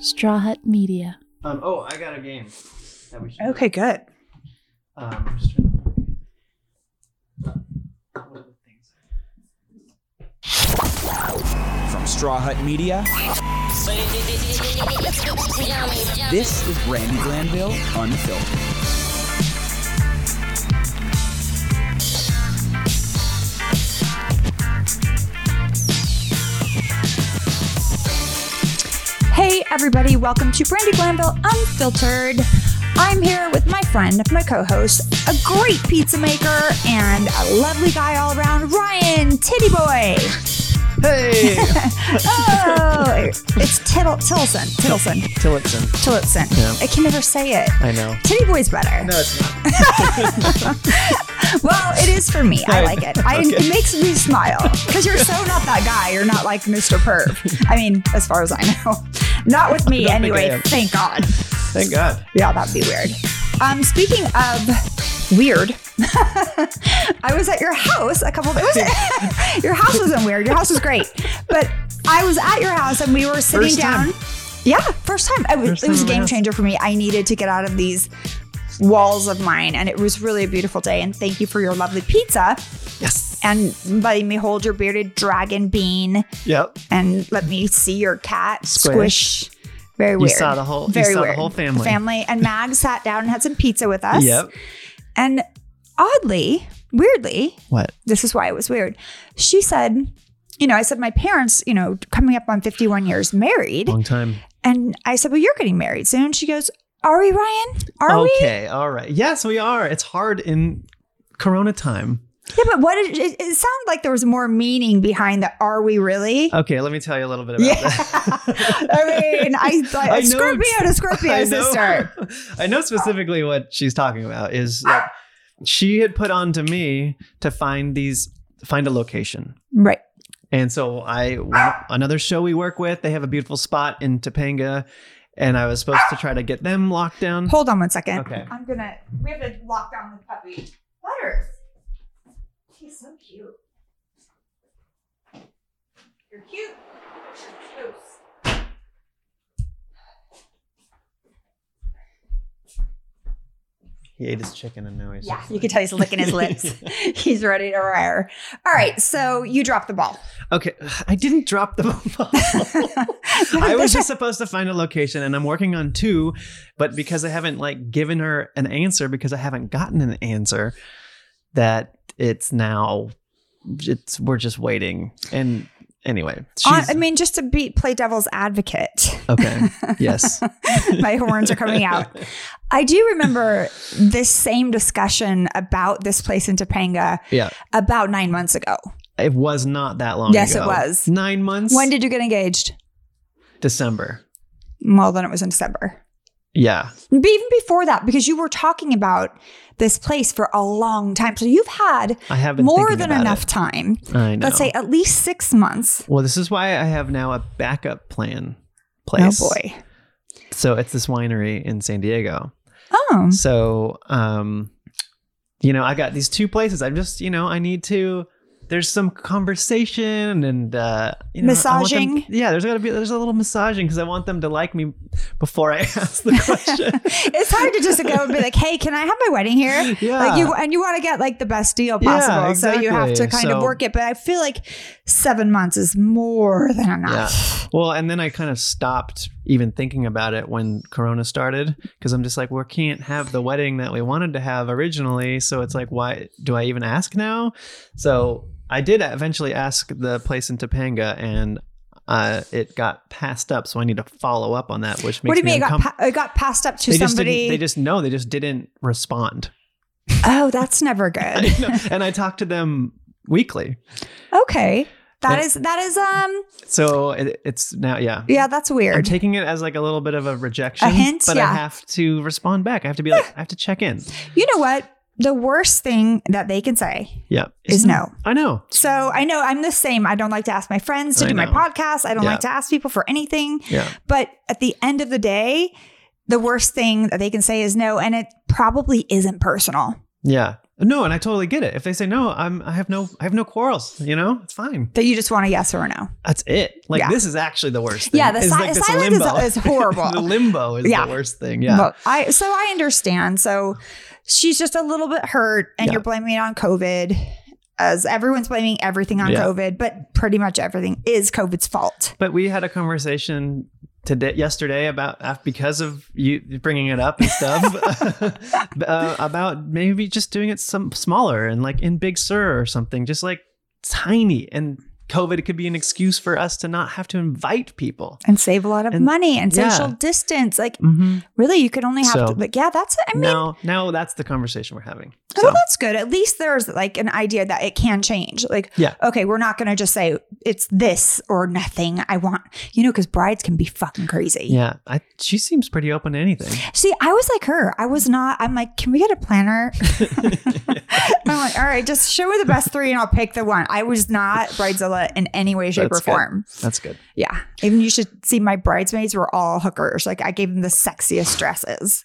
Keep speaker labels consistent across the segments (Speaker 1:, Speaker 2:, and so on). Speaker 1: Straw Hut Media.
Speaker 2: Um, oh, I got a game that we should. do.
Speaker 3: Okay, good.
Speaker 2: Um, I'm just trying to- What are the things?
Speaker 4: From Straw Hut Media, this is Brandy Glanville Unfiltered.
Speaker 5: Hey, everybody, welcome to Brandy Glanville Unfiltered. I'm here with my friend, my co host, a great pizza maker, and a lovely guy all around, Ryan Titty Boy.
Speaker 2: Hey,
Speaker 5: Oh, it's Tittle, Tittleson, Tittleson,
Speaker 2: Tillotson.
Speaker 5: Tillotson.
Speaker 2: Yeah.
Speaker 5: I can never say it.
Speaker 2: I know.
Speaker 5: Titty Boy's better.
Speaker 2: No, it's not.
Speaker 5: Well, it is for me. I
Speaker 2: Right.
Speaker 5: like it. I, It makes me smile because you're so not that guy. You're not like Mr. Perv. I mean, as far as I know, not with
Speaker 2: I don't
Speaker 5: me
Speaker 2: think I
Speaker 5: anyway.
Speaker 2: am.
Speaker 5: Thank God.
Speaker 2: Thank God.
Speaker 5: Yeah, that'd be weird. Um, speaking of weird, I was at your house a couple. It was your house wasn't weird. Your house was great, but I was at your house and we were sitting
Speaker 2: First
Speaker 5: down.
Speaker 2: time.
Speaker 5: Yeah, first time. It was,
Speaker 2: First
Speaker 5: it
Speaker 2: time in
Speaker 5: was a
Speaker 2: my
Speaker 5: game
Speaker 2: house.
Speaker 5: changer for me. I needed to get out of these walls of mine, and it was really a beautiful day. And thank you for your lovely pizza
Speaker 2: Yes.
Speaker 5: and letting me hold your bearded dragon bean
Speaker 2: Yep.
Speaker 5: and let me see your cat
Speaker 2: Squish.
Speaker 5: squish. Very
Speaker 2: You
Speaker 5: weird.
Speaker 2: saw the whole- you
Speaker 5: Very
Speaker 2: saw the
Speaker 5: weird.
Speaker 2: whole family.
Speaker 5: Family and Mag sat down and had some pizza with us.
Speaker 2: Yep.
Speaker 5: And oddly, weirdly,
Speaker 2: What?
Speaker 5: this is why it was weird. She said, you know, I said my parents, you know, coming up on 51 years married,
Speaker 2: Long time.
Speaker 5: and I said, well, you're getting married soon. She goes, are we, Ryan?
Speaker 2: Oh,
Speaker 5: Are we?
Speaker 2: okay. All right. Yes, we are. It's hard in Corona time.
Speaker 5: Yeah, but what? Did, it, it sounded like there was more meaning behind the "Are we really?"
Speaker 2: Okay, let me tell you a little bit about
Speaker 5: Yeah.
Speaker 2: that.
Speaker 5: I mean, I thought
Speaker 2: I know
Speaker 5: Scorpio to Scorpio
Speaker 2: I know-
Speaker 5: sister.
Speaker 2: I know specifically what she's talking about is that she had put on to me to find these find a location.
Speaker 5: Right.
Speaker 2: Mm-hmm. And so I went- another show we work with, they have a beautiful spot in Topanga and I was supposed to try to get them locked down.
Speaker 5: Hold on one second.
Speaker 2: Okay.
Speaker 5: I'm gonna. We have to lock down the puppy. Butters. He's so cute. You're cute. You're close.
Speaker 2: He ate his chicken and now he's
Speaker 5: Yeah, you can tell he's licking his lips. he's ready to roar. All right, so you dropped the ball.
Speaker 2: Okay, I didn't drop the ball. I was just supposed to find a location and I'm working on two, but because I haven't like given her an answer because I haven't gotten an answer that it's now it's we're just waiting. And anyway,
Speaker 5: On-
Speaker 2: she's
Speaker 5: I mean, just to be play devil's advocate.
Speaker 2: okay. Yes.
Speaker 5: my horns are coming out. I do remember this same discussion about this place in Topanga
Speaker 2: Yeah.
Speaker 5: about nine months ago.
Speaker 2: It was not that long
Speaker 5: Yes, it
Speaker 2: ago.
Speaker 5: was.
Speaker 2: 9 months
Speaker 5: When did you get engaged?
Speaker 2: December.
Speaker 5: Well, then it was in December.
Speaker 2: Yeah.
Speaker 5: But even before that, because you were talking about this place for a long time. So you've had
Speaker 2: I have been
Speaker 5: more
Speaker 2: thinking
Speaker 5: than
Speaker 2: about
Speaker 5: enough
Speaker 2: it.
Speaker 5: time.
Speaker 2: I know.
Speaker 5: Let's say at least six months.
Speaker 2: Well, this is why I have now a backup plan place.
Speaker 5: Oh boy.
Speaker 2: So it's this winery in San Diego.
Speaker 5: Oh.
Speaker 2: So, um, you know, I got these two places. I'm just, you know, I need to. There's some conversation and uh, you know, I want them-
Speaker 5: Massaging?
Speaker 2: yeah, there's gotta be there's a little massaging because I want them to like me before I ask the question.
Speaker 5: It's hard to just go and be like, "Hey, can I have my wedding here?"
Speaker 2: Yeah.
Speaker 5: Like you and you want to get like the best deal
Speaker 2: Yeah,
Speaker 5: possible, so you have to
Speaker 2: exactly.
Speaker 5: kind
Speaker 2: So-
Speaker 5: of work it. But I feel like seven months is more than enough.
Speaker 2: well, and then I kind of stopped even thinking about it when Corona started because I'm just like, we can't have the wedding that we wanted to have originally. So it's like, why do I even ask now? So I did eventually ask the place in Topanga and uh, it got passed up. So I need to follow up on that, which makes
Speaker 5: What do you
Speaker 2: me
Speaker 5: mean? It got,
Speaker 2: uncom-
Speaker 5: pa- it got passed up to
Speaker 2: they just
Speaker 5: somebody.
Speaker 2: didn't, they just no, they just didn't respond.
Speaker 5: oh, that's never good.
Speaker 2: You know? and I talked to them weekly.
Speaker 5: okay, that
Speaker 2: It-
Speaker 5: is that is um
Speaker 2: So it, it's now, yeah.
Speaker 5: yeah, that's
Speaker 2: I'm
Speaker 5: weird.
Speaker 2: taking it as like a little bit of a rejection.
Speaker 5: A hint,
Speaker 2: but I
Speaker 5: yeah.
Speaker 2: have to respond back. I have to be like, I have to check in.
Speaker 5: you know what? The worst thing that they can say
Speaker 2: Yeah.
Speaker 5: is no.
Speaker 2: I know.
Speaker 5: So I know I'm the same. I don't like to ask my friends to
Speaker 2: I
Speaker 5: do my
Speaker 2: know.
Speaker 5: podcast. I don't
Speaker 2: Yeah.
Speaker 5: like to ask people for anything.
Speaker 2: Yeah.
Speaker 5: But at the end of the day, the worst thing that they can say is no, and it probably isn't personal.
Speaker 2: Yeah. No, and I totally get it. If they say no, I'm I have no I have no quarrels. You know, it's fine.
Speaker 5: That you just want a yes or a no.
Speaker 2: That's it. Like
Speaker 5: Yeah.
Speaker 2: this is actually the worst. thing.
Speaker 5: Yeah, the
Speaker 2: It's
Speaker 5: si-
Speaker 2: this
Speaker 5: silence is- is horrible.
Speaker 2: the limbo is
Speaker 5: Yeah.
Speaker 2: the worst thing. Yeah,
Speaker 5: But I so I understand. So she's just a little bit hurt, and
Speaker 2: Yeah.
Speaker 5: you're blaming it on COVID, as everyone's blaming everything on
Speaker 2: Yeah.
Speaker 5: COVID, but pretty much everything is COVID's fault.
Speaker 2: but we had a conversation today yesterday about af- because of you bringing it up and stuff uh, about maybe just doing it some smaller and like in Big Sur or something, just like tiny and. COVID could be an excuse for us to not have to invite people.
Speaker 5: And save a lot of
Speaker 2: And-
Speaker 5: money and
Speaker 2: yeah.
Speaker 5: social distance. Like,
Speaker 2: Mm-hmm.
Speaker 5: really, you could only have
Speaker 2: So-
Speaker 5: to, like, yeah, that's, I mean,
Speaker 2: now, now that's the conversation we're having.
Speaker 5: Oh,
Speaker 2: So,
Speaker 5: that's good. At least there's like an idea that it can change. Like,
Speaker 2: Yeah.
Speaker 5: okay, we're not going to just say it's this or nothing. I want, you know, because brides can be fucking crazy.
Speaker 2: yeah, I, she seems pretty open to anything.
Speaker 5: See, I was like her. I was not, I'm like, can we get a planner? I'm like, all right, just show me the best three and I'll pick the one. I was not bridezilla in any way, shape,
Speaker 2: That's
Speaker 5: or
Speaker 2: good.
Speaker 5: form.
Speaker 2: That's good.
Speaker 5: Yeah. Even you should see my bridesmaids were all hookers. Like I gave them the sexiest dresses.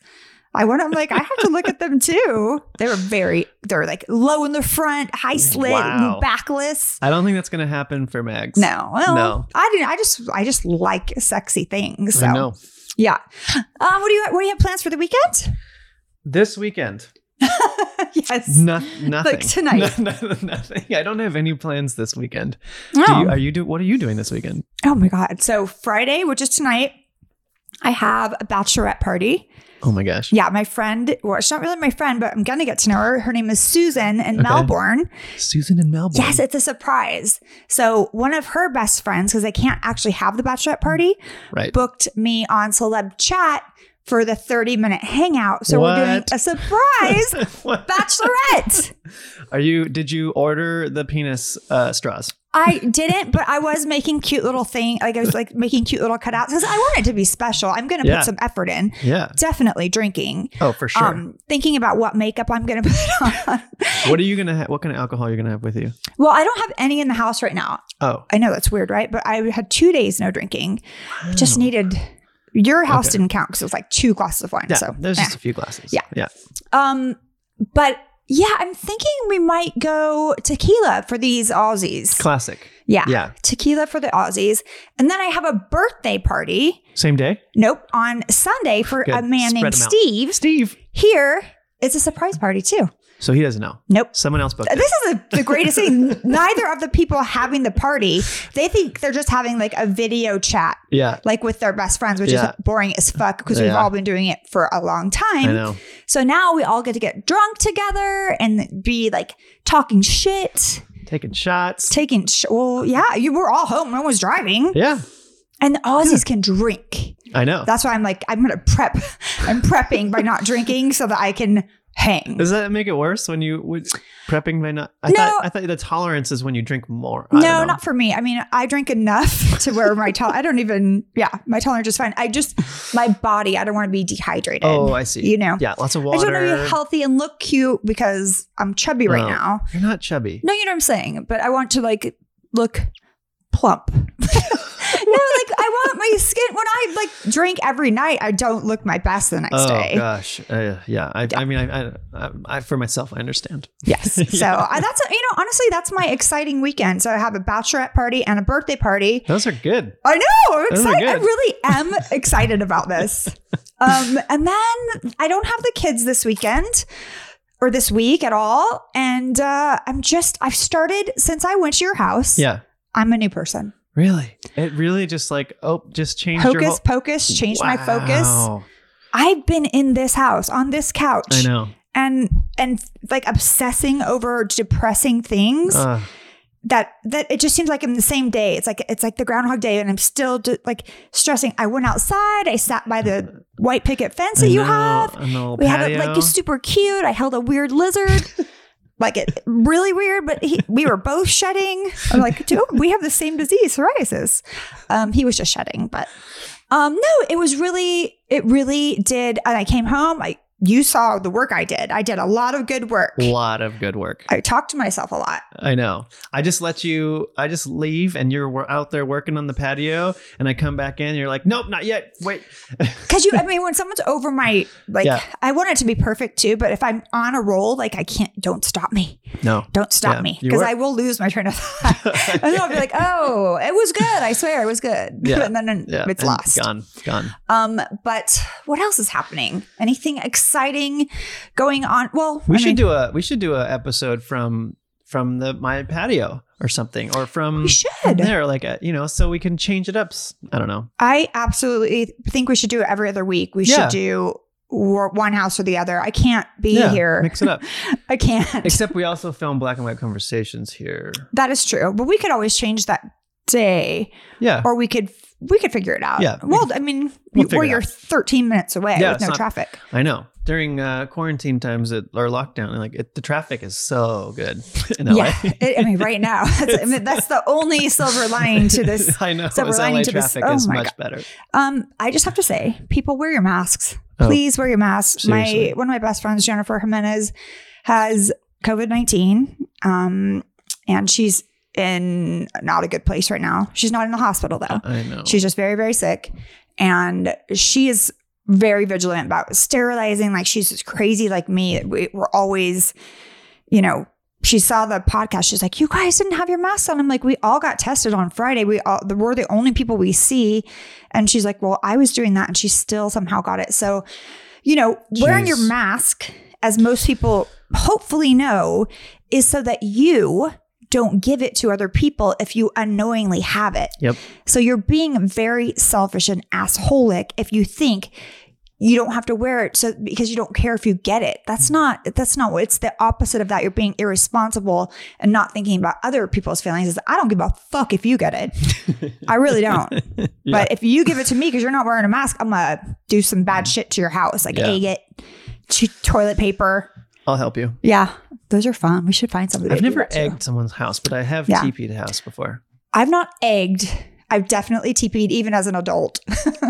Speaker 5: I went, I'm like, I have to look at them too. They were very, they were like low in the front, high slit,
Speaker 2: Wow.
Speaker 5: backless.
Speaker 2: I don't think that's going to happen for Megs.
Speaker 5: No, well,
Speaker 2: No.
Speaker 5: I didn't. I just, I just like sexy things. So
Speaker 2: I know.
Speaker 5: yeah. Um, what do you, what do you have plans for the weekend?
Speaker 2: This weekend,
Speaker 5: yes.
Speaker 2: no, nothing.
Speaker 5: tonight.
Speaker 2: No, no, nothing. I don't have any plans this weekend. Do
Speaker 5: Oh.
Speaker 2: you, are you do? What are you doing this weekend?
Speaker 5: oh my God. So Friday, which is tonight, I have a bachelorette party.
Speaker 2: Oh my gosh,
Speaker 5: Yeah, my friend, well, she's not really my friend, but I'm going to get to know her. Her name is Susan in
Speaker 2: Okay. Mm-hmm.
Speaker 5: Melbourne.
Speaker 2: Susan in Melbourne.
Speaker 5: Yes, it's a surprise. So, one of her best friends, because I can't actually have the bachelorette party,
Speaker 2: right.
Speaker 5: booked me on Celeb Chat for the 30 minute hangout. So, we're doing
Speaker 2: What?
Speaker 5: a surprise
Speaker 2: What?
Speaker 5: bachelorette.
Speaker 2: Are you? Did you order the penis uh, straws?
Speaker 5: I didn't, but I was making cute little thing. Like, I was like making cute little cutouts because I want it to be special. I'm going to
Speaker 2: Yeah.
Speaker 5: put some effort in.
Speaker 2: Yeah.
Speaker 5: Definitely drinking.
Speaker 2: Oh, for sure.
Speaker 5: Um, thinking about what makeup I'm going to put on.
Speaker 2: what are you gonna? Ha- what kind of alcohol are you gonna have with you?
Speaker 5: Well, I don't have any in the house right now.
Speaker 2: Oh,
Speaker 5: I know that's weird, right? But I had two days no drinking. Just needed. Your house
Speaker 2: Okay.
Speaker 5: didn't count because it was like two glasses of wine.
Speaker 2: yeah.
Speaker 5: so
Speaker 2: there's
Speaker 5: eh.
Speaker 2: just a few glasses.
Speaker 5: Yeah.
Speaker 2: Yeah.
Speaker 5: um, but yeah, I'm thinking we might go tequila for these Aussies.
Speaker 2: Classic.
Speaker 5: yeah.
Speaker 2: yeah.
Speaker 5: tequila for the Aussies, and then I have a birthday party.
Speaker 2: Same day.
Speaker 5: Nope, on Sunday for a
Speaker 2: Good.
Speaker 5: man
Speaker 2: Spread
Speaker 5: named
Speaker 2: 'em out.
Speaker 5: Steve.
Speaker 2: Steve.
Speaker 5: Here, it's a surprise party too.
Speaker 2: So he doesn't know.
Speaker 5: Nope.
Speaker 2: Someone else booked it.
Speaker 5: Uh, This is the the greatest thing. Neither of the people having the party, they think they're just having like a video chat,
Speaker 2: Yeah.
Speaker 5: like with their best friends, which
Speaker 2: Yeah.
Speaker 5: is boring as fuck because we've
Speaker 2: Yeah.
Speaker 5: all been doing it for a long
Speaker 2: I
Speaker 5: time.
Speaker 2: know.
Speaker 5: So now we all get to get drunk together and be like talking shit,
Speaker 2: Taking shots.
Speaker 5: taking sh- well, yeah, you were all home. No one's driving,
Speaker 2: Yeah.
Speaker 5: and the Aussies can drink.
Speaker 2: I know.
Speaker 5: That's why I'm like, I'm gonna prep. I'm prepping by not drinking so that I can hang.
Speaker 2: Does that make it worse when you would prepping by not? I
Speaker 5: No.
Speaker 2: thought I thought the tolerance is when you drink more. I
Speaker 5: No,
Speaker 2: don't know.
Speaker 5: not for me. I mean, I drink enough to where my tolerance, I don't even, yeah, my tolerance is fine. I just, my body, I don't want to be dehydrated.
Speaker 2: Oh, I see.
Speaker 5: You know,
Speaker 2: Yeah, lots of
Speaker 5: I just
Speaker 2: water. Oh.
Speaker 5: want to be healthy and look cute because I'm chubby right
Speaker 2: No.
Speaker 5: now.
Speaker 2: You're not chubby.
Speaker 5: No, you know what I'm saying, but I want to like look plump. no, like I want my skin, when I like drink every night, I don't look my best the next
Speaker 2: oh
Speaker 5: day.
Speaker 2: gosh. Uh, yeah. I, I mean, I, I, I, I for myself, I understand.
Speaker 5: Yes. So I, that's, a, you know, honestly, that's my exciting weekend. So I have a bachelorette party and a birthday party.
Speaker 2: Those are good.
Speaker 5: I know. I'm
Speaker 2: Those are
Speaker 5: excited. I
Speaker 2: good.
Speaker 5: really am excited about this. Um, and then I don't have the kids this weekend or this week at all. And uh, I'm just, I've started since I went to your house.
Speaker 2: Yeah.
Speaker 5: I'm a new person.
Speaker 2: Really. It really just like oh, just changed your whole.
Speaker 5: Hocus pocus, changed my focus.
Speaker 2: Wow.
Speaker 5: I've been in this house on this couch
Speaker 2: I know.
Speaker 5: and and like obsessing over depressing things
Speaker 2: Uh,
Speaker 5: that that it just seems like I'm the same day. It's like it's like the Groundhog Day, and I'm still d- like stressing. I went outside. I sat by the white picket fence that
Speaker 2: I
Speaker 5: you
Speaker 2: know,
Speaker 5: have.
Speaker 2: an old
Speaker 5: We
Speaker 2: patio.
Speaker 5: had it like it's super cute. I held a weird lizard. Like it really weird, but he, we were both shedding. I'm like, dude, we have the same disease, psoriasis. Um, he was just shedding, but um, no, it was really, it really did. And I came home, I you saw the work I did. I did a lot of good work.
Speaker 2: A lot of good work.
Speaker 5: I talked to myself a lot.
Speaker 2: I know. I just let you. I just leave, and you're wor- out there working on the patio, and I come back in. And you're like, nope, not yet. Wait.
Speaker 5: Cause you, I mean, when someone's over my, like,
Speaker 2: Yeah.
Speaker 5: I want it to be perfect too, but if I'm on a roll, like, I can't, don't stop me.
Speaker 2: No.
Speaker 5: Don't stop
Speaker 2: Yeah,
Speaker 5: me.
Speaker 2: you
Speaker 5: Cause
Speaker 2: were-
Speaker 5: I will lose my train of thought. and then I'll be like, oh, it was good. I swear it was good.
Speaker 2: Yeah.
Speaker 5: and then
Speaker 2: Yeah.
Speaker 5: it's
Speaker 2: and
Speaker 5: lost.
Speaker 2: Gone. Gone.
Speaker 5: Um, but what else is happening? Anything exciting going on? Well,
Speaker 2: We
Speaker 5: I
Speaker 2: should
Speaker 5: mean,
Speaker 2: do a. We should do a episode from from the my patio or something, or from
Speaker 5: We
Speaker 2: from
Speaker 5: should.
Speaker 2: there, like a, you know, so we can change it up. S- I don't know.
Speaker 5: I absolutely think we should do it every other week. We
Speaker 2: Yeah.
Speaker 5: should do wor- one house or the other. I can't be
Speaker 2: yeah,
Speaker 5: here.
Speaker 2: Mix it up.
Speaker 5: I can't.
Speaker 2: Except we also film black and white conversations here.
Speaker 5: that is true. But we could always change that day,
Speaker 2: Yeah.
Speaker 5: or we could we could figure it out.
Speaker 2: Yeah, we
Speaker 5: Well, I mean,
Speaker 2: we'll
Speaker 5: you-
Speaker 2: figure
Speaker 5: or
Speaker 2: it
Speaker 5: you're
Speaker 2: out.
Speaker 5: 13 minutes away
Speaker 2: Yeah,
Speaker 5: with
Speaker 2: it's
Speaker 5: no
Speaker 2: not-
Speaker 5: traffic.
Speaker 2: I know. During uh, quarantine times at, or lockdown, like it, the traffic is so good in LA.
Speaker 5: Yeah. It- I mean, right now, that's, I mean, that's the only silver lining to this.
Speaker 2: I know.
Speaker 5: silver
Speaker 2: it's
Speaker 5: lining
Speaker 2: LA
Speaker 5: to this-
Speaker 2: traffic
Speaker 5: oh
Speaker 2: is
Speaker 5: my
Speaker 2: much
Speaker 5: God.
Speaker 2: better.
Speaker 5: Um, I just have to say, people wear your masks.
Speaker 2: Oh,
Speaker 5: Please wear your masks.
Speaker 2: seriously.
Speaker 5: My one of my best friends, Jennifer Jimenez, has COVID nineteen, um, and she's in not a good place right now. She's not in the hospital though.
Speaker 2: I know.
Speaker 5: She's just very very sick, and she is very vigilant about sterilizing. Like she's just crazy like me. We, we're always, you know. She saw the podcast. She's like, "You guys didn't have your masks on." I'm like, "We all got tested on Friday. We all the, we're the only people we see." And she's like, "Well, I was doing that, and she still somehow got it." So, you know, wearing
Speaker 2: Jeez.
Speaker 5: your mask, as most people hopefully know, is so that you don't give it to other people if you unknowingly have it.
Speaker 2: Yep.
Speaker 5: So you're being very selfish and assholic if you think you don't have to wear it so because you don't care if you get it. That's
Speaker 2: Mm-hmm.
Speaker 5: not that's not what it's the opposite of that. You're being irresponsible and not thinking about other people's feelings. Is I don't give a fuck if you get it. I really don't.
Speaker 2: Yeah.
Speaker 5: But if you give it to me because you're not wearing a mask, I'm gonna do some bad shit to your house, like
Speaker 2: Yeah.
Speaker 5: egg it, t- toilet paper.
Speaker 2: I'll help you.
Speaker 5: Yeah, those are fun. We should find something.
Speaker 2: I've
Speaker 5: to do
Speaker 2: never
Speaker 5: that too.
Speaker 2: egged someone's house, but I have
Speaker 5: Yeah.
Speaker 2: teepeed a house before.
Speaker 5: I've not egged. I've definitely TP'd even as an adult.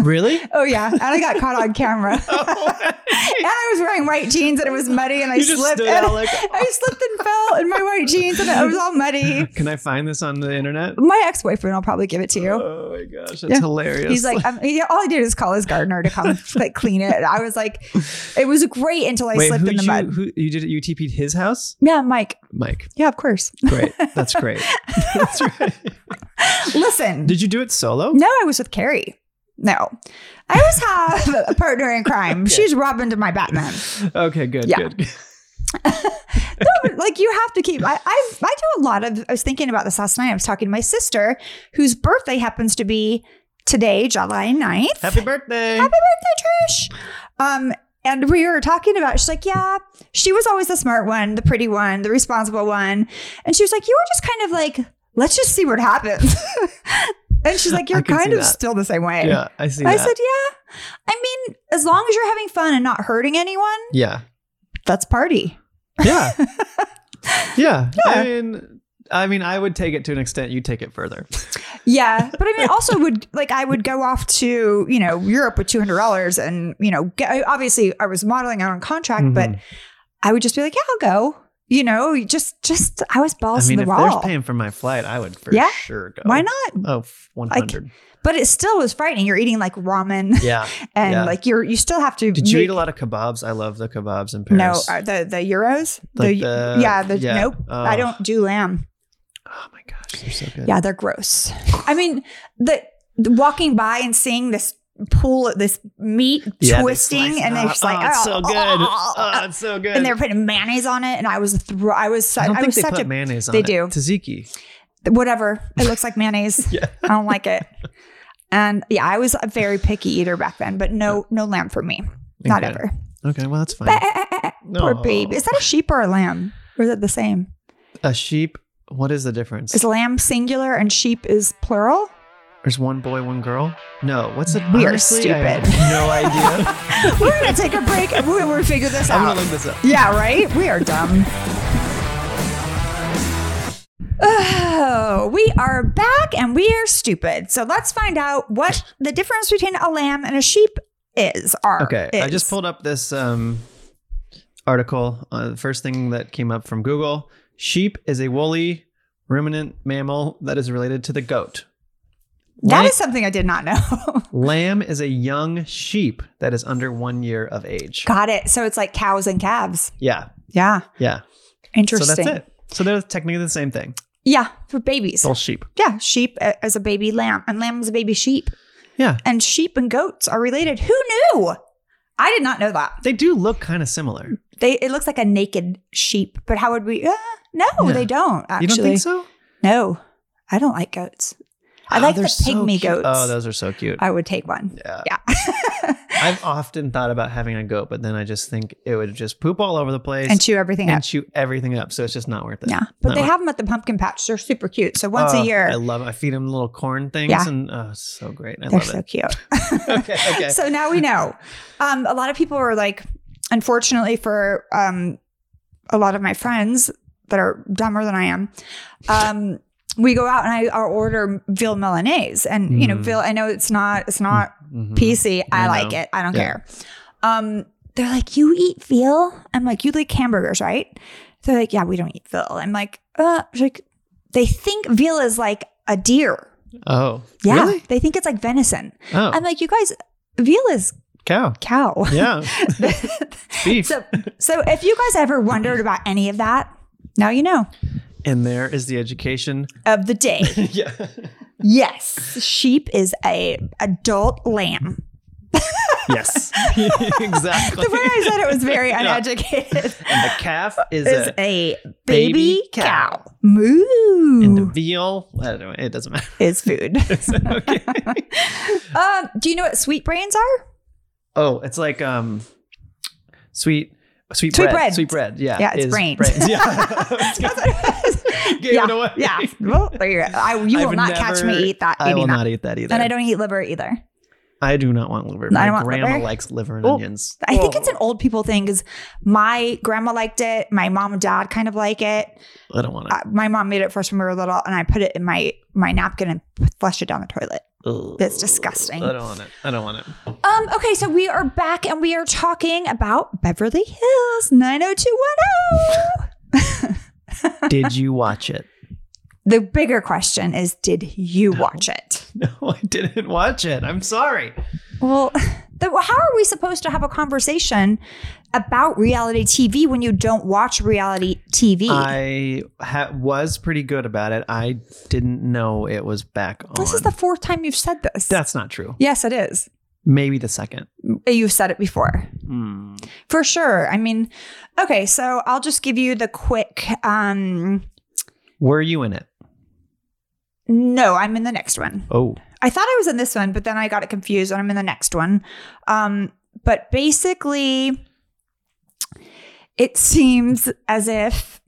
Speaker 2: Really?
Speaker 5: Oh yeah, and I got caught on camera. and I was wearing white jeans, and it was muddy, and I
Speaker 2: You just
Speaker 5: slipped.
Speaker 2: stood
Speaker 5: and
Speaker 2: out like-
Speaker 5: I slipped and fell in my white jeans, and I was all muddy.
Speaker 2: Can I find this on the internet?
Speaker 5: My ex-boyfriend will probably give it to you.
Speaker 2: Oh my gosh, that's
Speaker 5: Yeah.
Speaker 2: hilarious.
Speaker 5: He's like, um, yeah, all I did is call his gardener to come like clean it. And I was like, it was great until I
Speaker 2: Wait,
Speaker 5: slipped
Speaker 2: who
Speaker 5: in the
Speaker 2: you,
Speaker 5: mud.
Speaker 2: Who, you did? You teepeed his house,
Speaker 5: Yeah, Mike.
Speaker 2: Mike.
Speaker 5: Yeah, of course.
Speaker 2: Great. That's great. that's right.
Speaker 5: Listen,
Speaker 2: Did you do it solo?
Speaker 5: no, I was with Carrie. No, I always have a partner in crime. She's Robin to my Batman.
Speaker 2: Okay. Good.
Speaker 5: Yeah.
Speaker 2: Good.
Speaker 5: But, like you have to keep. I I, I do a lot of. I was thinking about this last night. I was talking to my sister, whose birthday happens to be today, July 9th.
Speaker 2: Happy birthday.
Speaker 5: Happy birthday, Trish. Um, and we were talking about. She's like, yeah, she was always the smart one, the pretty one, the responsible one, and she was like, you were just kind of like, let's just see what happens. and she's like,
Speaker 2: I
Speaker 5: you're
Speaker 2: can see
Speaker 5: kind of
Speaker 2: that.
Speaker 5: still the same way.
Speaker 2: yeah, I see
Speaker 5: I
Speaker 2: that.
Speaker 5: said, yeah. I mean, as long as you're having fun and not hurting anyone,
Speaker 2: yeah.
Speaker 5: that's party.
Speaker 2: Yeah. yeah. I mean, I mean, I would take it to an extent. You take it further.
Speaker 5: Yeah, but I mean, also would like I would go off to you know Europe with two hundred dollars, and you know, get, obviously I was modeling out on contract, but
Speaker 2: Mhm.
Speaker 5: I would just be like, yeah, I'll go. You know, you just just I was balls
Speaker 2: I mean,
Speaker 5: in
Speaker 2: if
Speaker 5: the
Speaker 2: they're
Speaker 5: wall.
Speaker 2: paying for my flight, I would for
Speaker 5: Yeah.
Speaker 2: sure go.
Speaker 5: Why not?
Speaker 2: Oh, f- 100.
Speaker 5: But it still was frightening. You're eating like ramen,
Speaker 2: yeah.
Speaker 5: and
Speaker 2: yeah.
Speaker 5: like you're you still have to.
Speaker 2: Did you
Speaker 5: make-
Speaker 2: eat a lot of kebabs? I love the kebabs in
Speaker 5: No,
Speaker 2: Paris.
Speaker 5: uh, the the euros.
Speaker 2: Like
Speaker 5: the,
Speaker 2: the-
Speaker 5: yeah, the
Speaker 2: yeah.
Speaker 5: nope. I
Speaker 2: Oh.
Speaker 5: don't do lamb.
Speaker 2: oh my gosh, they're so good.
Speaker 5: Yeah, they're gross. I mean, the, the walking by and seeing this pool, this meat
Speaker 2: Yeah, they slice
Speaker 5: twisting,
Speaker 2: it
Speaker 5: and they're
Speaker 2: up.
Speaker 5: just like,
Speaker 2: oh, it's so
Speaker 5: "Oh,
Speaker 2: good.
Speaker 5: oh, oh,
Speaker 2: Oh, it's so good.
Speaker 5: and they were putting mayonnaise on it, and I was thro- I was su-
Speaker 2: I
Speaker 5: I,
Speaker 2: don't think
Speaker 5: was
Speaker 2: they
Speaker 5: such
Speaker 2: put
Speaker 5: a
Speaker 2: mayonnaise on
Speaker 5: they
Speaker 2: it.
Speaker 5: do.
Speaker 2: Tzatziki.
Speaker 5: whatever. It looks like mayonnaise.
Speaker 2: Yeah.
Speaker 5: I don't like it. And yeah, I was a very picky eater back then, but no, no lamb for me, not
Speaker 2: Okay.
Speaker 5: ever. eh,
Speaker 2: Okay, well that's fine. No.
Speaker 5: Poor babe. Is that a sheep or a lamb? Or is it the same?
Speaker 2: A sheep. What is the difference?
Speaker 5: Is lamb singular and sheep is plural?
Speaker 2: There's one boy, one girl. No, what's it?
Speaker 5: We are
Speaker 2: honestly, I have
Speaker 5: stupid.
Speaker 2: no idea.
Speaker 5: We're gonna take a break and we're gonna figure this
Speaker 2: I'm
Speaker 5: out.
Speaker 2: gonna look this up.
Speaker 5: Yeah, right? We are dumb. Oh, we are back and we are stupid. So let's find out what the difference between a lamb and a sheep is. Are
Speaker 2: Okay, I
Speaker 5: is.
Speaker 2: just pulled up this um article, uh, the first thing that came up from Google sheep is a woolly ruminant mammal that is related to the goat.
Speaker 5: That
Speaker 2: Lam-
Speaker 5: is something I did not know.
Speaker 2: lamb is a young sheep that is under one year of age.
Speaker 5: Got it. So it's like cows and calves.
Speaker 2: Yeah,
Speaker 5: Yeah.
Speaker 2: yeah. So
Speaker 5: Interesting.
Speaker 2: that's it. So they're technically the same thing.
Speaker 5: Yeah, for babies.
Speaker 2: All sheep.
Speaker 5: Yeah, sheep a- as a baby lamb, and lamb was a baby sheep,
Speaker 2: Yeah,
Speaker 5: and sheep and goats are related. Who knew? I did not know that.
Speaker 2: they do look kind of similar.
Speaker 5: They it looks like a naked sheep, but how would we? Uh, no,
Speaker 2: Yeah.
Speaker 5: they don't. Actually,
Speaker 2: You don't think so? Ah, Oh,
Speaker 5: No, I don't like goats. I like the
Speaker 2: they're so
Speaker 5: pygmy
Speaker 2: cute.
Speaker 5: goats.
Speaker 2: Oh, those are so cute.
Speaker 5: I would take one.
Speaker 2: yeah.
Speaker 5: Yeah.
Speaker 2: I've often thought about having a goat, but then I just think it would just poop all over the place
Speaker 5: and chew everything
Speaker 2: and
Speaker 5: up.
Speaker 2: chew everything up. So it's just not worth it.
Speaker 5: Yeah, but
Speaker 2: Not
Speaker 5: they
Speaker 2: worth-
Speaker 5: have them at the pumpkin patch. They're super cute. So once
Speaker 2: Oh,
Speaker 5: a year,
Speaker 2: I love. I feed them little corn things,
Speaker 5: Yeah.
Speaker 2: and oh, it's so great. I
Speaker 5: they're
Speaker 2: love
Speaker 5: so
Speaker 2: it.
Speaker 5: cute.
Speaker 2: Okay, okay.
Speaker 5: So now we know. Um, a lot of people are like, unfortunately for um, a lot of my friends that are dumber than I am, um, we go out and I I'll order veal Milanese, and you know,
Speaker 2: Mm.
Speaker 5: veal. I know it's not it's not
Speaker 2: Mhm.
Speaker 5: PC. I,
Speaker 2: I
Speaker 5: like
Speaker 2: know.
Speaker 5: it. I don't
Speaker 2: Yeah.
Speaker 5: care. Um, they're like, you eat veal? I'm like, you like hamburgers, right? They're like, yeah, we don't eat veal. I'm like, uh, she's like they think veal is like a deer.
Speaker 2: Oh,
Speaker 5: Yeah,
Speaker 2: Really?
Speaker 5: they think it's like venison.
Speaker 2: Oh,
Speaker 5: I'm like, you guys, veal is
Speaker 2: cow.
Speaker 5: cow.
Speaker 2: Yeah, beef.
Speaker 5: so, so if you guys ever wondered about any of that, now you know
Speaker 2: and there is the education.
Speaker 5: of the day.
Speaker 2: yeah.
Speaker 5: yes, sheep is a adult lamb.
Speaker 2: Yes. exactly.
Speaker 5: The way I said it was very
Speaker 2: Yeah.
Speaker 5: uneducated.
Speaker 2: and the calf is,
Speaker 5: Is
Speaker 2: a,
Speaker 5: a
Speaker 2: baby
Speaker 5: baby cow.
Speaker 2: cow. and the
Speaker 5: Moo
Speaker 2: veal. I don't know. It doesn't matter.
Speaker 5: is food.
Speaker 2: okay.
Speaker 5: um, do you know what sweet brains are?
Speaker 2: Oh, it's like um, sweet, sweet,
Speaker 5: Sweet
Speaker 2: bread,
Speaker 5: bread.
Speaker 2: sweet bread. Yeah,
Speaker 5: Yeah, it's
Speaker 2: is
Speaker 5: brains.
Speaker 2: Yeah,
Speaker 5: That's what it was.
Speaker 2: Gave it
Speaker 5: yeah,
Speaker 2: away.
Speaker 5: yeah. Well, there you, go. I, you
Speaker 2: I
Speaker 5: will
Speaker 2: would
Speaker 5: not catch me
Speaker 2: never-
Speaker 5: eat that.
Speaker 2: I
Speaker 5: eating
Speaker 2: will
Speaker 5: that.
Speaker 2: not eat that either.
Speaker 5: and I don't eat liver either.
Speaker 2: I do not want liver.
Speaker 5: No, I
Speaker 2: My
Speaker 5: don't want
Speaker 2: grandma
Speaker 5: liver.
Speaker 2: likes liver and
Speaker 5: Oh,
Speaker 2: onions.
Speaker 5: I think it's
Speaker 2: Oh,
Speaker 5: an old people thing because my grandma liked it. My mom and dad kind of like it.
Speaker 2: I don't want
Speaker 5: Uh, my mom made it first when we were little, and I put it in my my napkin and p- flushed it down the toilet.
Speaker 2: it. Ugh.
Speaker 5: That's disgusting.
Speaker 2: I don't want it. I don't want it.
Speaker 5: Um. Okay, so we are back, and we are talking about Beverly Hills 90210.
Speaker 2: Did you watch it?
Speaker 5: The bigger question is, did you watch it?
Speaker 2: No, I didn't watch it. I'm sorry.
Speaker 5: Well, the, how are we supposed to have a conversation about reality TV when you don't watch reality TV?
Speaker 2: I ha- was pretty good about it. I didn't know it was back on.
Speaker 5: this is the fourth time you've said this.
Speaker 2: That's not true.
Speaker 5: Yes, it is.
Speaker 2: Maybe the second.
Speaker 5: You've said it before. Hmm. For sure. I mean, okay, so I'll just give you the quick um
Speaker 2: Were you in it?
Speaker 5: no, I'm in the next one.
Speaker 2: Oh,
Speaker 5: I thought I was in this one, but then I got it confused and I'm in the next one. Um but basically it seems as if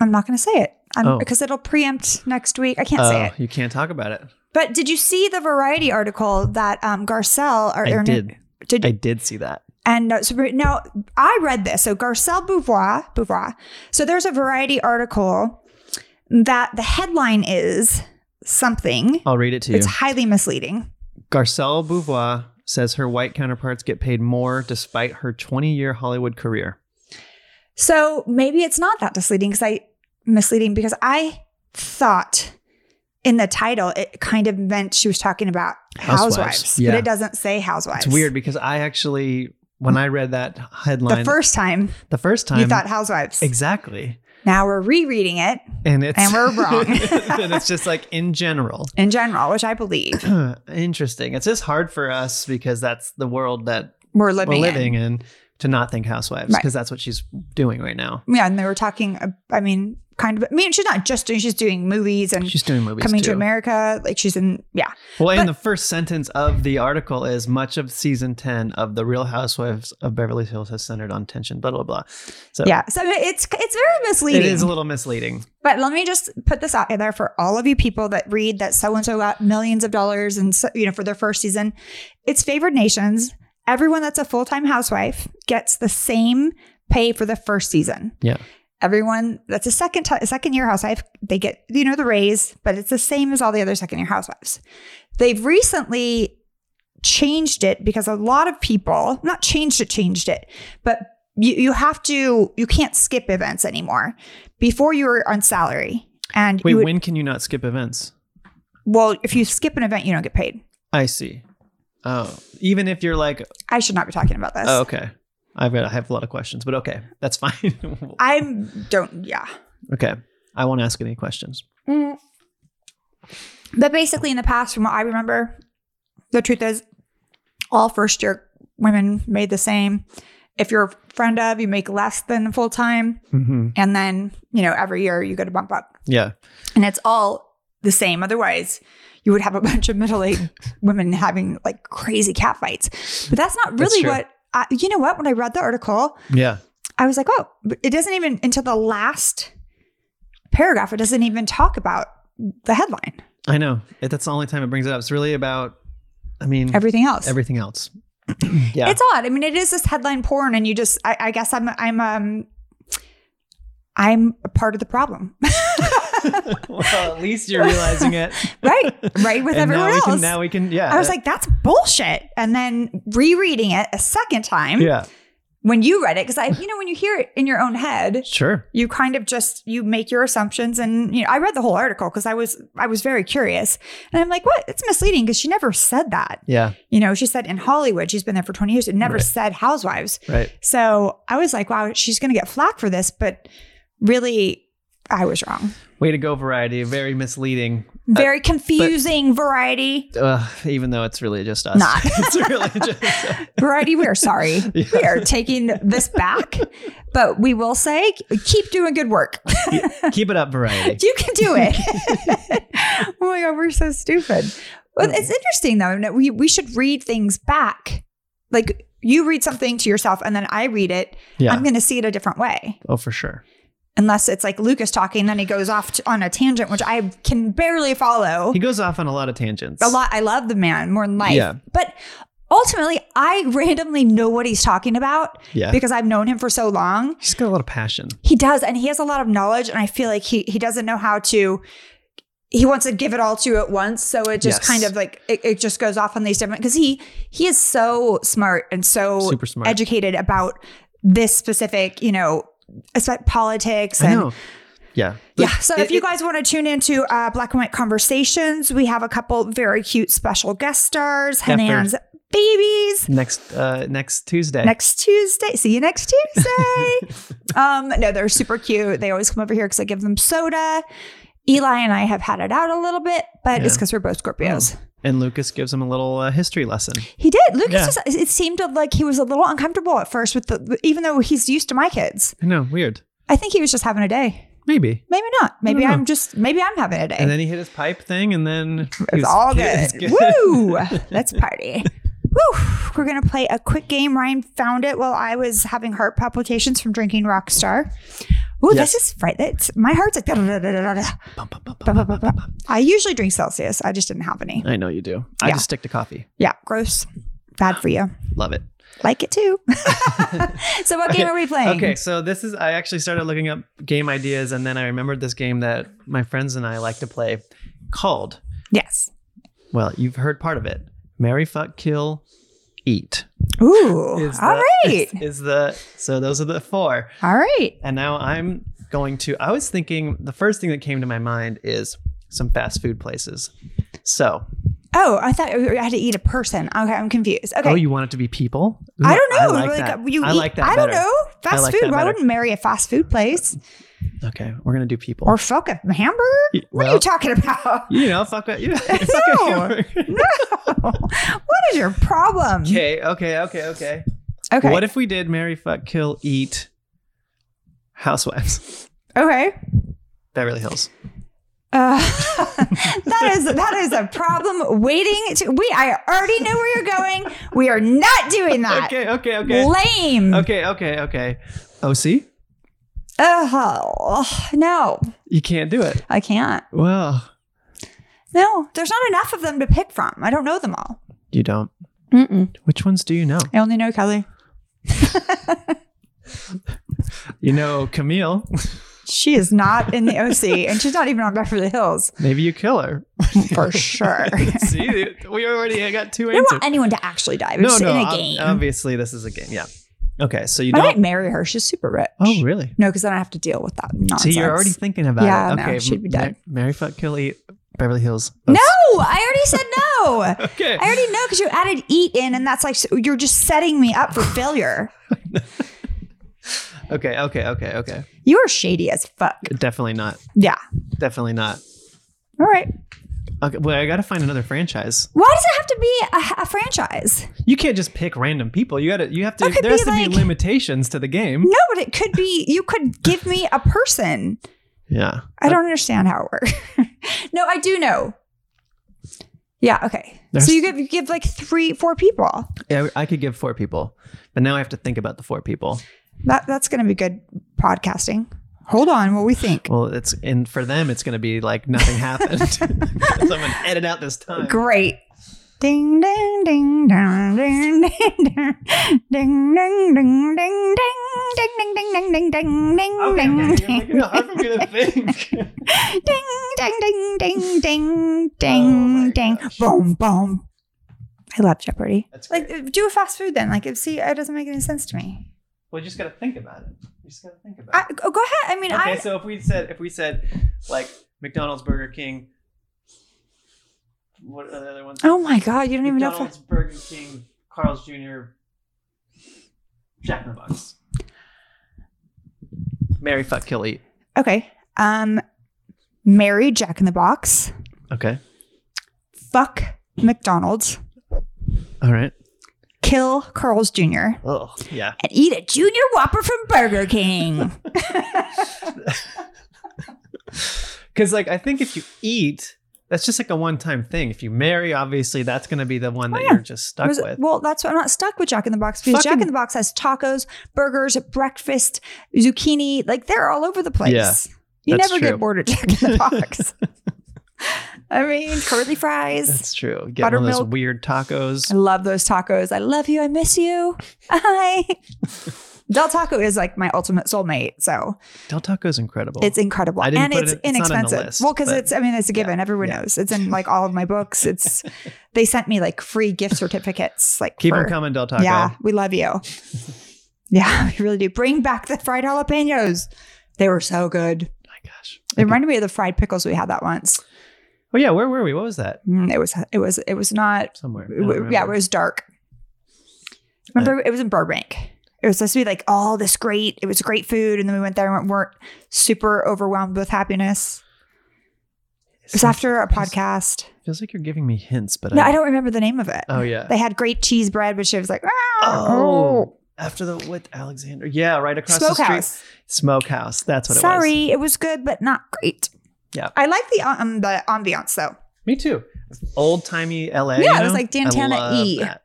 Speaker 5: I'm not going to say it. I'm,
Speaker 2: Oh.
Speaker 5: because it'll preempt next week. I can't
Speaker 2: Oh,
Speaker 5: say it.
Speaker 2: you can't talk about it.
Speaker 5: But did you see the Variety article that um, Garcelle or,
Speaker 2: I
Speaker 5: or-
Speaker 2: did.
Speaker 5: did
Speaker 2: I did see that.
Speaker 5: And uh, so re- now I read this. So Garcelle Beauvoir, Beauvoir. So there's a Variety article that the headline is something.
Speaker 2: I'll read it to you.
Speaker 5: It's highly misleading.
Speaker 2: Garcelle Beauvoir says her white counterparts get paid more despite her 20 year Hollywood career.
Speaker 5: So maybe it's not that misleading because I misleading because I thought in the title it kind of meant she was talking about housewives,
Speaker 2: Housewives. Yeah.
Speaker 5: but it doesn't say housewives.
Speaker 2: It's weird because I actually, when I read that headline
Speaker 5: The first time
Speaker 2: the first time,
Speaker 5: you thought housewives.
Speaker 2: exactly.
Speaker 5: now we're rereading it
Speaker 2: And it's
Speaker 5: And we're wrong.
Speaker 2: and it's just like in general.
Speaker 5: in general, which I believe
Speaker 2: Interesting. It's just hard for us because that's the world that
Speaker 5: we're living,
Speaker 2: we're
Speaker 5: in.
Speaker 2: living in. to not think housewives
Speaker 5: Right.
Speaker 2: because that's what she's doing right now.
Speaker 5: Yeah, and they were talking. uh, I mean, kind of. I mean, she's not just doing. She's doing movies and
Speaker 2: She's doing movies
Speaker 5: coming
Speaker 2: too.
Speaker 5: to America. Like she's in. Yeah,
Speaker 2: Well,
Speaker 5: But-
Speaker 2: and the first sentence of the article is much of season 10 of The Real Housewives of Beverly Hills has centered on tension, blah, blah, blah. So
Speaker 5: yeah. So I mean, it's it's very
Speaker 2: it
Speaker 5: misleading.
Speaker 2: is a little misleading.
Speaker 5: but let me just put this out there for all of you people that read that so and so got millions of dollars and so, you know for their first season. It's favored nations. Everyone that's a full time housewife gets the same pay for the first season.
Speaker 2: Yeah.
Speaker 5: Everyone that's a second ti second year housewife, they get you know the raise, but it's the same as all the other second year housewives. They've recently changed it because a lot of people not changed it changed it, but you, you have to you can't skip events anymore. Before you were on salary, and
Speaker 2: Wait,
Speaker 5: you would,
Speaker 2: when can you not skip events?
Speaker 5: well, if you skip an event, you don't get paid.
Speaker 2: I see. Oh, even if you're like,
Speaker 5: I should not be talking about this.
Speaker 2: oh, okay, I've got, I have a lot of questions, but okay, that's fine.
Speaker 5: I don't. Yeah.
Speaker 2: okay, I won't ask any questions.
Speaker 5: But basically, in the past, from what I remember, the truth is all first year women made the same. If you're a friend of, you make less than full time.
Speaker 2: Mm-hmm.
Speaker 5: And then, you know, every year you get a bump up.
Speaker 2: Yeah,
Speaker 5: And it's all the same. Otherwise, you would have a bunch of middle aged women having like crazy cat fights. But that's not
Speaker 2: That's
Speaker 5: really
Speaker 2: true.
Speaker 5: what I, you know what? When I read the article,
Speaker 2: yeah.
Speaker 5: I was like, oh, but it doesn't even, until the last paragraph, it doesn't even talk about the headline,
Speaker 2: I know. It, that's the only time it brings it up. It's really about, I mean,
Speaker 5: everything else.
Speaker 2: everything else. yeah.
Speaker 5: It's odd. I mean, it is this headline porn, and you just, I, I guess I'm, I'm, um, I'm a part of the problem,
Speaker 2: well, at least you're realizing it.
Speaker 5: right? Right with
Speaker 2: and now
Speaker 5: everyone
Speaker 2: we
Speaker 5: else.
Speaker 2: can. Now we can. Yeah.
Speaker 5: I was like, that's bullshit. And then rereading it a second time
Speaker 2: yeah,
Speaker 5: when you read it, because I, you know, when you hear it in your own head,
Speaker 2: sure.
Speaker 5: you kind of just you make your assumptions and you know i read the whole article because i was i was very curious and i'm like what it's misleading because she never said that
Speaker 2: Yeah.
Speaker 5: you know she said in hollywood she's been there for 20 years it never
Speaker 2: Right.
Speaker 5: said housewives
Speaker 2: Right.
Speaker 5: So I was like, wow, she's going to get flack for this, but really, I was wrong.
Speaker 2: Way to go, variety. Very misleading.
Speaker 5: Very confusing variety.
Speaker 2: Uh, even though it's really just us.
Speaker 5: Not.
Speaker 2: it's really just.
Speaker 5: Variety, we're sorry. We are taking this back, but we will say keep doing good work.
Speaker 2: Keep it up, variety.
Speaker 5: you can do it. oh my God, we're so stupid. Well, it's interesting though. that We, we should read things back. Like you read something to yourself and then I read it.
Speaker 2: Yeah.
Speaker 5: I'm going to see it a different way.
Speaker 2: oh, for sure.
Speaker 5: unless it's like Lucas talking, then he goes off to, on a tangent, which I can barely follow.
Speaker 2: He goes off on a lot of tangents.
Speaker 5: A lot. I love the man more than life,
Speaker 2: Yeah.
Speaker 5: but ultimately, I randomly know what he's talking about
Speaker 2: Yeah.
Speaker 5: because I've known him for so long.
Speaker 2: He's got a lot of passion.
Speaker 5: He does, and he has a lot of knowledge, and I feel like he he doesn't know how to. He wants to give it all to you at once, so it just
Speaker 2: Yes.
Speaker 5: kind of like it, it just goes off on these different because he he is so smart and so
Speaker 2: Super smart.
Speaker 5: educated about this specific, you know, aspe- politics
Speaker 2: I
Speaker 5: and
Speaker 2: know. Yeah.
Speaker 5: yeah. So if
Speaker 2: it-
Speaker 5: you
Speaker 2: it-
Speaker 5: guys want to tune into uh, Black and White Conversations, we have a couple very cute special guest stars,
Speaker 2: Yeah, for-
Speaker 5: Henan's babies.
Speaker 2: Next uh next Tuesday.
Speaker 5: Next Tuesday. See you next Tuesday. um, no, they're super cute. They always come over here because I give them soda. Eli and I have had it out a little bit, but it's
Speaker 2: Yeah. Oh.
Speaker 5: because we're both Scorpios.
Speaker 2: And Lucas gives him a little uh, history lesson.
Speaker 5: He did. Lucas
Speaker 2: Yeah.
Speaker 5: was. It seemed like he was a little uncomfortable at first with the, even though he's used to my kids.
Speaker 2: I know, weird.
Speaker 5: I think he was just having a day.
Speaker 2: Maybe.
Speaker 5: Maybe not. Maybe
Speaker 2: don't know.
Speaker 5: I'm just. Maybe I'm having a day.
Speaker 2: And then he hit his pipe thing and then he was-
Speaker 5: It's all
Speaker 2: it
Speaker 5: good.
Speaker 2: was
Speaker 5: Woo! Let's party. Woo! We're gonna play a quick game. Ryan found it while I was having heart palpitations from drinking Rockstar. Ooh,
Speaker 2: Yes.
Speaker 5: this is right. It's, my heart's like. da-da-da-da-da-da.
Speaker 2: Bum, bum, bum, bum.
Speaker 5: I usually drink Celsius. I just didn't have any.
Speaker 2: I know you do. I
Speaker 5: Yeah.
Speaker 2: just stick to coffee.
Speaker 5: Yeah, gross. Bad for you.
Speaker 2: Love it.
Speaker 5: Like it too. so, what game are we playing?
Speaker 2: Okay, so this is I actually started looking up game ideas and then I remembered this game that my friends and I like to play called
Speaker 5: Yes.
Speaker 2: well, you've heard part of it. Marry fuck kill eat.
Speaker 5: Ooh. All
Speaker 2: is
Speaker 5: right.
Speaker 2: the, Is, is the so those are the four.
Speaker 5: All right.
Speaker 2: And now I'm going to I was thinking the first thing that came to my mind is some fast food places. So,
Speaker 5: Oh, I thought I had to eat a person. Okay, I'm confused. Okay.
Speaker 2: oh, you want it to be people?
Speaker 5: I don't know.
Speaker 2: I like
Speaker 5: Like,
Speaker 2: that.
Speaker 5: You
Speaker 2: I
Speaker 5: eat-
Speaker 2: like that
Speaker 5: I don't
Speaker 2: better.
Speaker 5: know. Fast
Speaker 2: like that
Speaker 5: food. Why
Speaker 2: better.
Speaker 5: wouldn't marry a fast food place
Speaker 2: Okay, we're gonna do people.
Speaker 5: or fuck a hamburger?
Speaker 2: Y-
Speaker 5: what are
Speaker 2: well-
Speaker 5: you talking about?
Speaker 2: you know, fuck it. You know, fuck
Speaker 5: No.
Speaker 2: it.
Speaker 5: what is your problem?
Speaker 2: okay, okay, okay, okay.
Speaker 5: Okay.
Speaker 2: What if we did marry, fuck, kill, eat, housewives,
Speaker 5: okay.
Speaker 2: Beverly Hills?
Speaker 5: Uh, that is that is a problem waiting to we I already know where you're going. We are not doing that.
Speaker 2: Okay, okay, okay,
Speaker 5: Lame.
Speaker 2: okay, okay, okay. OC,
Speaker 5: Oh no,
Speaker 2: you can't do it.
Speaker 5: I can't.
Speaker 2: Well,
Speaker 5: No, there's not enough of them to pick from. I don't know them all.
Speaker 2: you don't.
Speaker 5: Mm-mm.
Speaker 2: Which ones do you know?
Speaker 5: I only know Kelly.
Speaker 2: You know Camille.
Speaker 5: She is not in the OC, and she's not even on Beverly Hills
Speaker 2: Maybe you kill her.
Speaker 5: for sure.
Speaker 2: See, we already got two
Speaker 5: I don't
Speaker 2: answers.
Speaker 5: want anyone to actually die. We're
Speaker 2: No,
Speaker 5: just
Speaker 2: no.
Speaker 5: in a
Speaker 2: ob-
Speaker 5: game.
Speaker 2: Obviously, this is a game. Yeah. Okay, so you
Speaker 5: I
Speaker 2: don't.
Speaker 5: might marry her. She's super rich.
Speaker 2: oh, really?
Speaker 5: No, because then I have to deal with that nonsense.
Speaker 2: See, you're already thinking about
Speaker 5: Yeah,
Speaker 2: it.
Speaker 5: no,
Speaker 2: Okay,
Speaker 5: should be
Speaker 2: ma-
Speaker 5: done.
Speaker 2: Marry, fuck, kill, eat. Beverly Hills.
Speaker 5: No,
Speaker 2: Oops.
Speaker 5: I already said no.
Speaker 2: Okay.
Speaker 5: I already know because you added eat in, and that's like so you're just setting me up for failure.
Speaker 2: okay. Okay. Okay. Okay.
Speaker 5: You are shady as fuck.
Speaker 2: Definitely not.
Speaker 5: Yeah.
Speaker 2: Definitely not.
Speaker 5: All right.
Speaker 2: Okay. Well, I gotta find another franchise.
Speaker 5: Why does it have to be a, a franchise?
Speaker 2: You can't just pick random people. You gotta. You have to.
Speaker 5: It could
Speaker 2: There has
Speaker 5: be
Speaker 2: to be
Speaker 5: like-
Speaker 2: limitations to the game.
Speaker 5: No, but it could be. You could give me a person.
Speaker 2: Yeah.
Speaker 5: I don't understand how it works. no, I do know. Yeah. Okay.
Speaker 2: There's-
Speaker 5: so you give you give like three, four people.
Speaker 2: Yeah, I could give four people, but now I have to think about the four people.
Speaker 5: That that's going to be good podcasting. Hold on, what we think.
Speaker 2: Well, it's and for them, it's going to be like nothing happened. so I'm going to edit out this time.
Speaker 5: Great. Ding ding ding dong ding ding ding ding ding ding ding ding ding ding ding ding ding ding ding ding ding
Speaker 2: No, I'm going to think.
Speaker 5: ding ding ding ding
Speaker 2: Oh my
Speaker 5: ding ding
Speaker 2: gosh.
Speaker 5: boom boom. I love Jeopardy.
Speaker 2: That's
Speaker 5: Like uh, do a fast food then. Like see, it doesn't make any sense to me.
Speaker 2: Well, you just got to think about it. You just got to think about
Speaker 5: I, go go ahead. I mean,
Speaker 2: it. Okay,
Speaker 5: I
Speaker 2: so if we said if we said like McDonald's, Burger King, what are the other ones?
Speaker 5: oh my god, you don't even know. if I-
Speaker 2: McDonald's, Burger King, Carl's Jr., Jack in the Box. Mary fuck kill eat.
Speaker 5: Okay. Um, marry Jack in the Box.
Speaker 2: Okay.
Speaker 5: Fuck McDonald's.
Speaker 2: All right.
Speaker 5: Kill Carl's Jr.
Speaker 2: Oh yeah.
Speaker 5: and eat a Junior Whopper from Burger King.
Speaker 2: Because like I think if you eat, that's just like a one-time thing. If you marry, obviously that's going to be the one that
Speaker 5: Oh, yeah.
Speaker 2: you're just stuck
Speaker 5: Was-
Speaker 2: with.
Speaker 5: well, that's why I'm not stuck with Jack in the Box because Jack
Speaker 2: Fucking-
Speaker 5: in the Box has tacos, burgers, breakfast, zucchini. Like they're all over the place.
Speaker 2: Yeah,
Speaker 5: you
Speaker 2: that's
Speaker 5: never
Speaker 2: true.
Speaker 5: get bored of Jack in the Box. I mean, curly fries.
Speaker 2: That's true. Get one of those
Speaker 5: Buttermilk.
Speaker 2: weird tacos.
Speaker 5: I love those tacos. I love you. I miss you. Hi. Del Taco is like my ultimate soulmate. So
Speaker 2: Del Taco's incredible.
Speaker 5: it's incredible.
Speaker 2: I didn't
Speaker 5: and
Speaker 2: put
Speaker 5: it's
Speaker 2: it- it's not on the
Speaker 5: inexpensive.
Speaker 2: list,
Speaker 5: well, because
Speaker 2: but-
Speaker 5: it's, I mean, it's a given. Everyone
Speaker 2: yeah.
Speaker 5: knows. It's in like all of my books. It's, they sent me like free gift certificates. Like,
Speaker 2: Keep
Speaker 5: for-
Speaker 2: them coming, Del Taco.
Speaker 5: Yeah. We love you. yeah. We really do. Bring back the fried jalapenos. They were so good.
Speaker 2: my gosh.
Speaker 5: It reminded me of the fried pickles we had that once.
Speaker 2: Oh yeah, where were we? What was that?
Speaker 5: Mm, it was, it was, it was not
Speaker 2: Somewhere. I don't
Speaker 5: w- yeah, it
Speaker 2: remember.
Speaker 5: was dark. Remember, it was in Burbank. It was supposed to be like all this great. It was great food, and then we went there and weren't super overwhelmed with happiness. It was after a
Speaker 2: feels-
Speaker 5: podcast.
Speaker 2: Feels like you're giving me hints, but
Speaker 5: No, I don't remember the name of it.
Speaker 2: Oh yeah.
Speaker 5: They had great cheese bread, which it was like
Speaker 2: Oh.
Speaker 5: oh,
Speaker 2: After the what Alexander? Yeah, right across the street.
Speaker 5: smokehouse.
Speaker 2: Smokehouse. That's what it was.
Speaker 5: Sorry, it was good, but not great.
Speaker 2: Yeah.
Speaker 5: I like the um the ambiance though.
Speaker 2: Me too. Old timey LA.
Speaker 5: Yeah,
Speaker 2: you
Speaker 5: it was
Speaker 2: know?
Speaker 5: like Dantana
Speaker 2: I love
Speaker 5: E.
Speaker 2: that.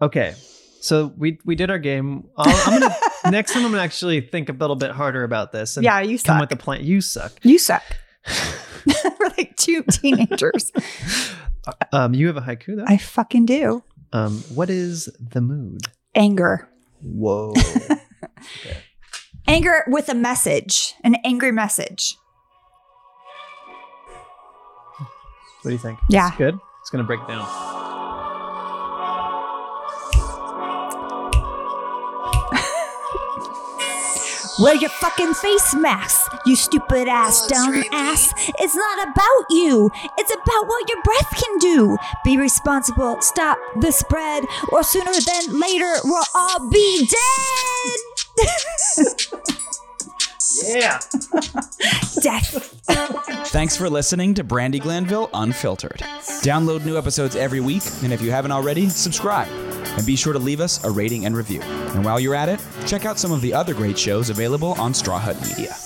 Speaker 2: Okay, so we we did our game. I'll, I'm gonna next time I'm gonna actually think a little bit harder about this. And
Speaker 5: yeah, you
Speaker 2: come
Speaker 5: suck.
Speaker 2: with a plan. You suck.
Speaker 5: you suck. We're like two teenagers.
Speaker 2: Um, you have a haiku though.
Speaker 5: I fucking do.
Speaker 2: um, what is the mood?
Speaker 5: Anger.
Speaker 2: Whoa.
Speaker 5: anger with a message, an angry message.
Speaker 2: What do you think?
Speaker 5: Yeah.
Speaker 2: It's good. It's gonna break down.
Speaker 5: Wear your fucking face mask, you stupid ass, dumb ass. It's not about you. It's about what your breath can do. Be responsible, stop the spread, or sooner than later, we'll all be dead.
Speaker 2: Yeah.
Speaker 5: Death.
Speaker 4: Thanks for listening to Brandy Glanville Unfiltered. Download new episodes every week, and if you haven't already, subscribe. And be sure to leave us a rating and review. And while you're at it, check out some of the other great shows available on Straw Hut Media.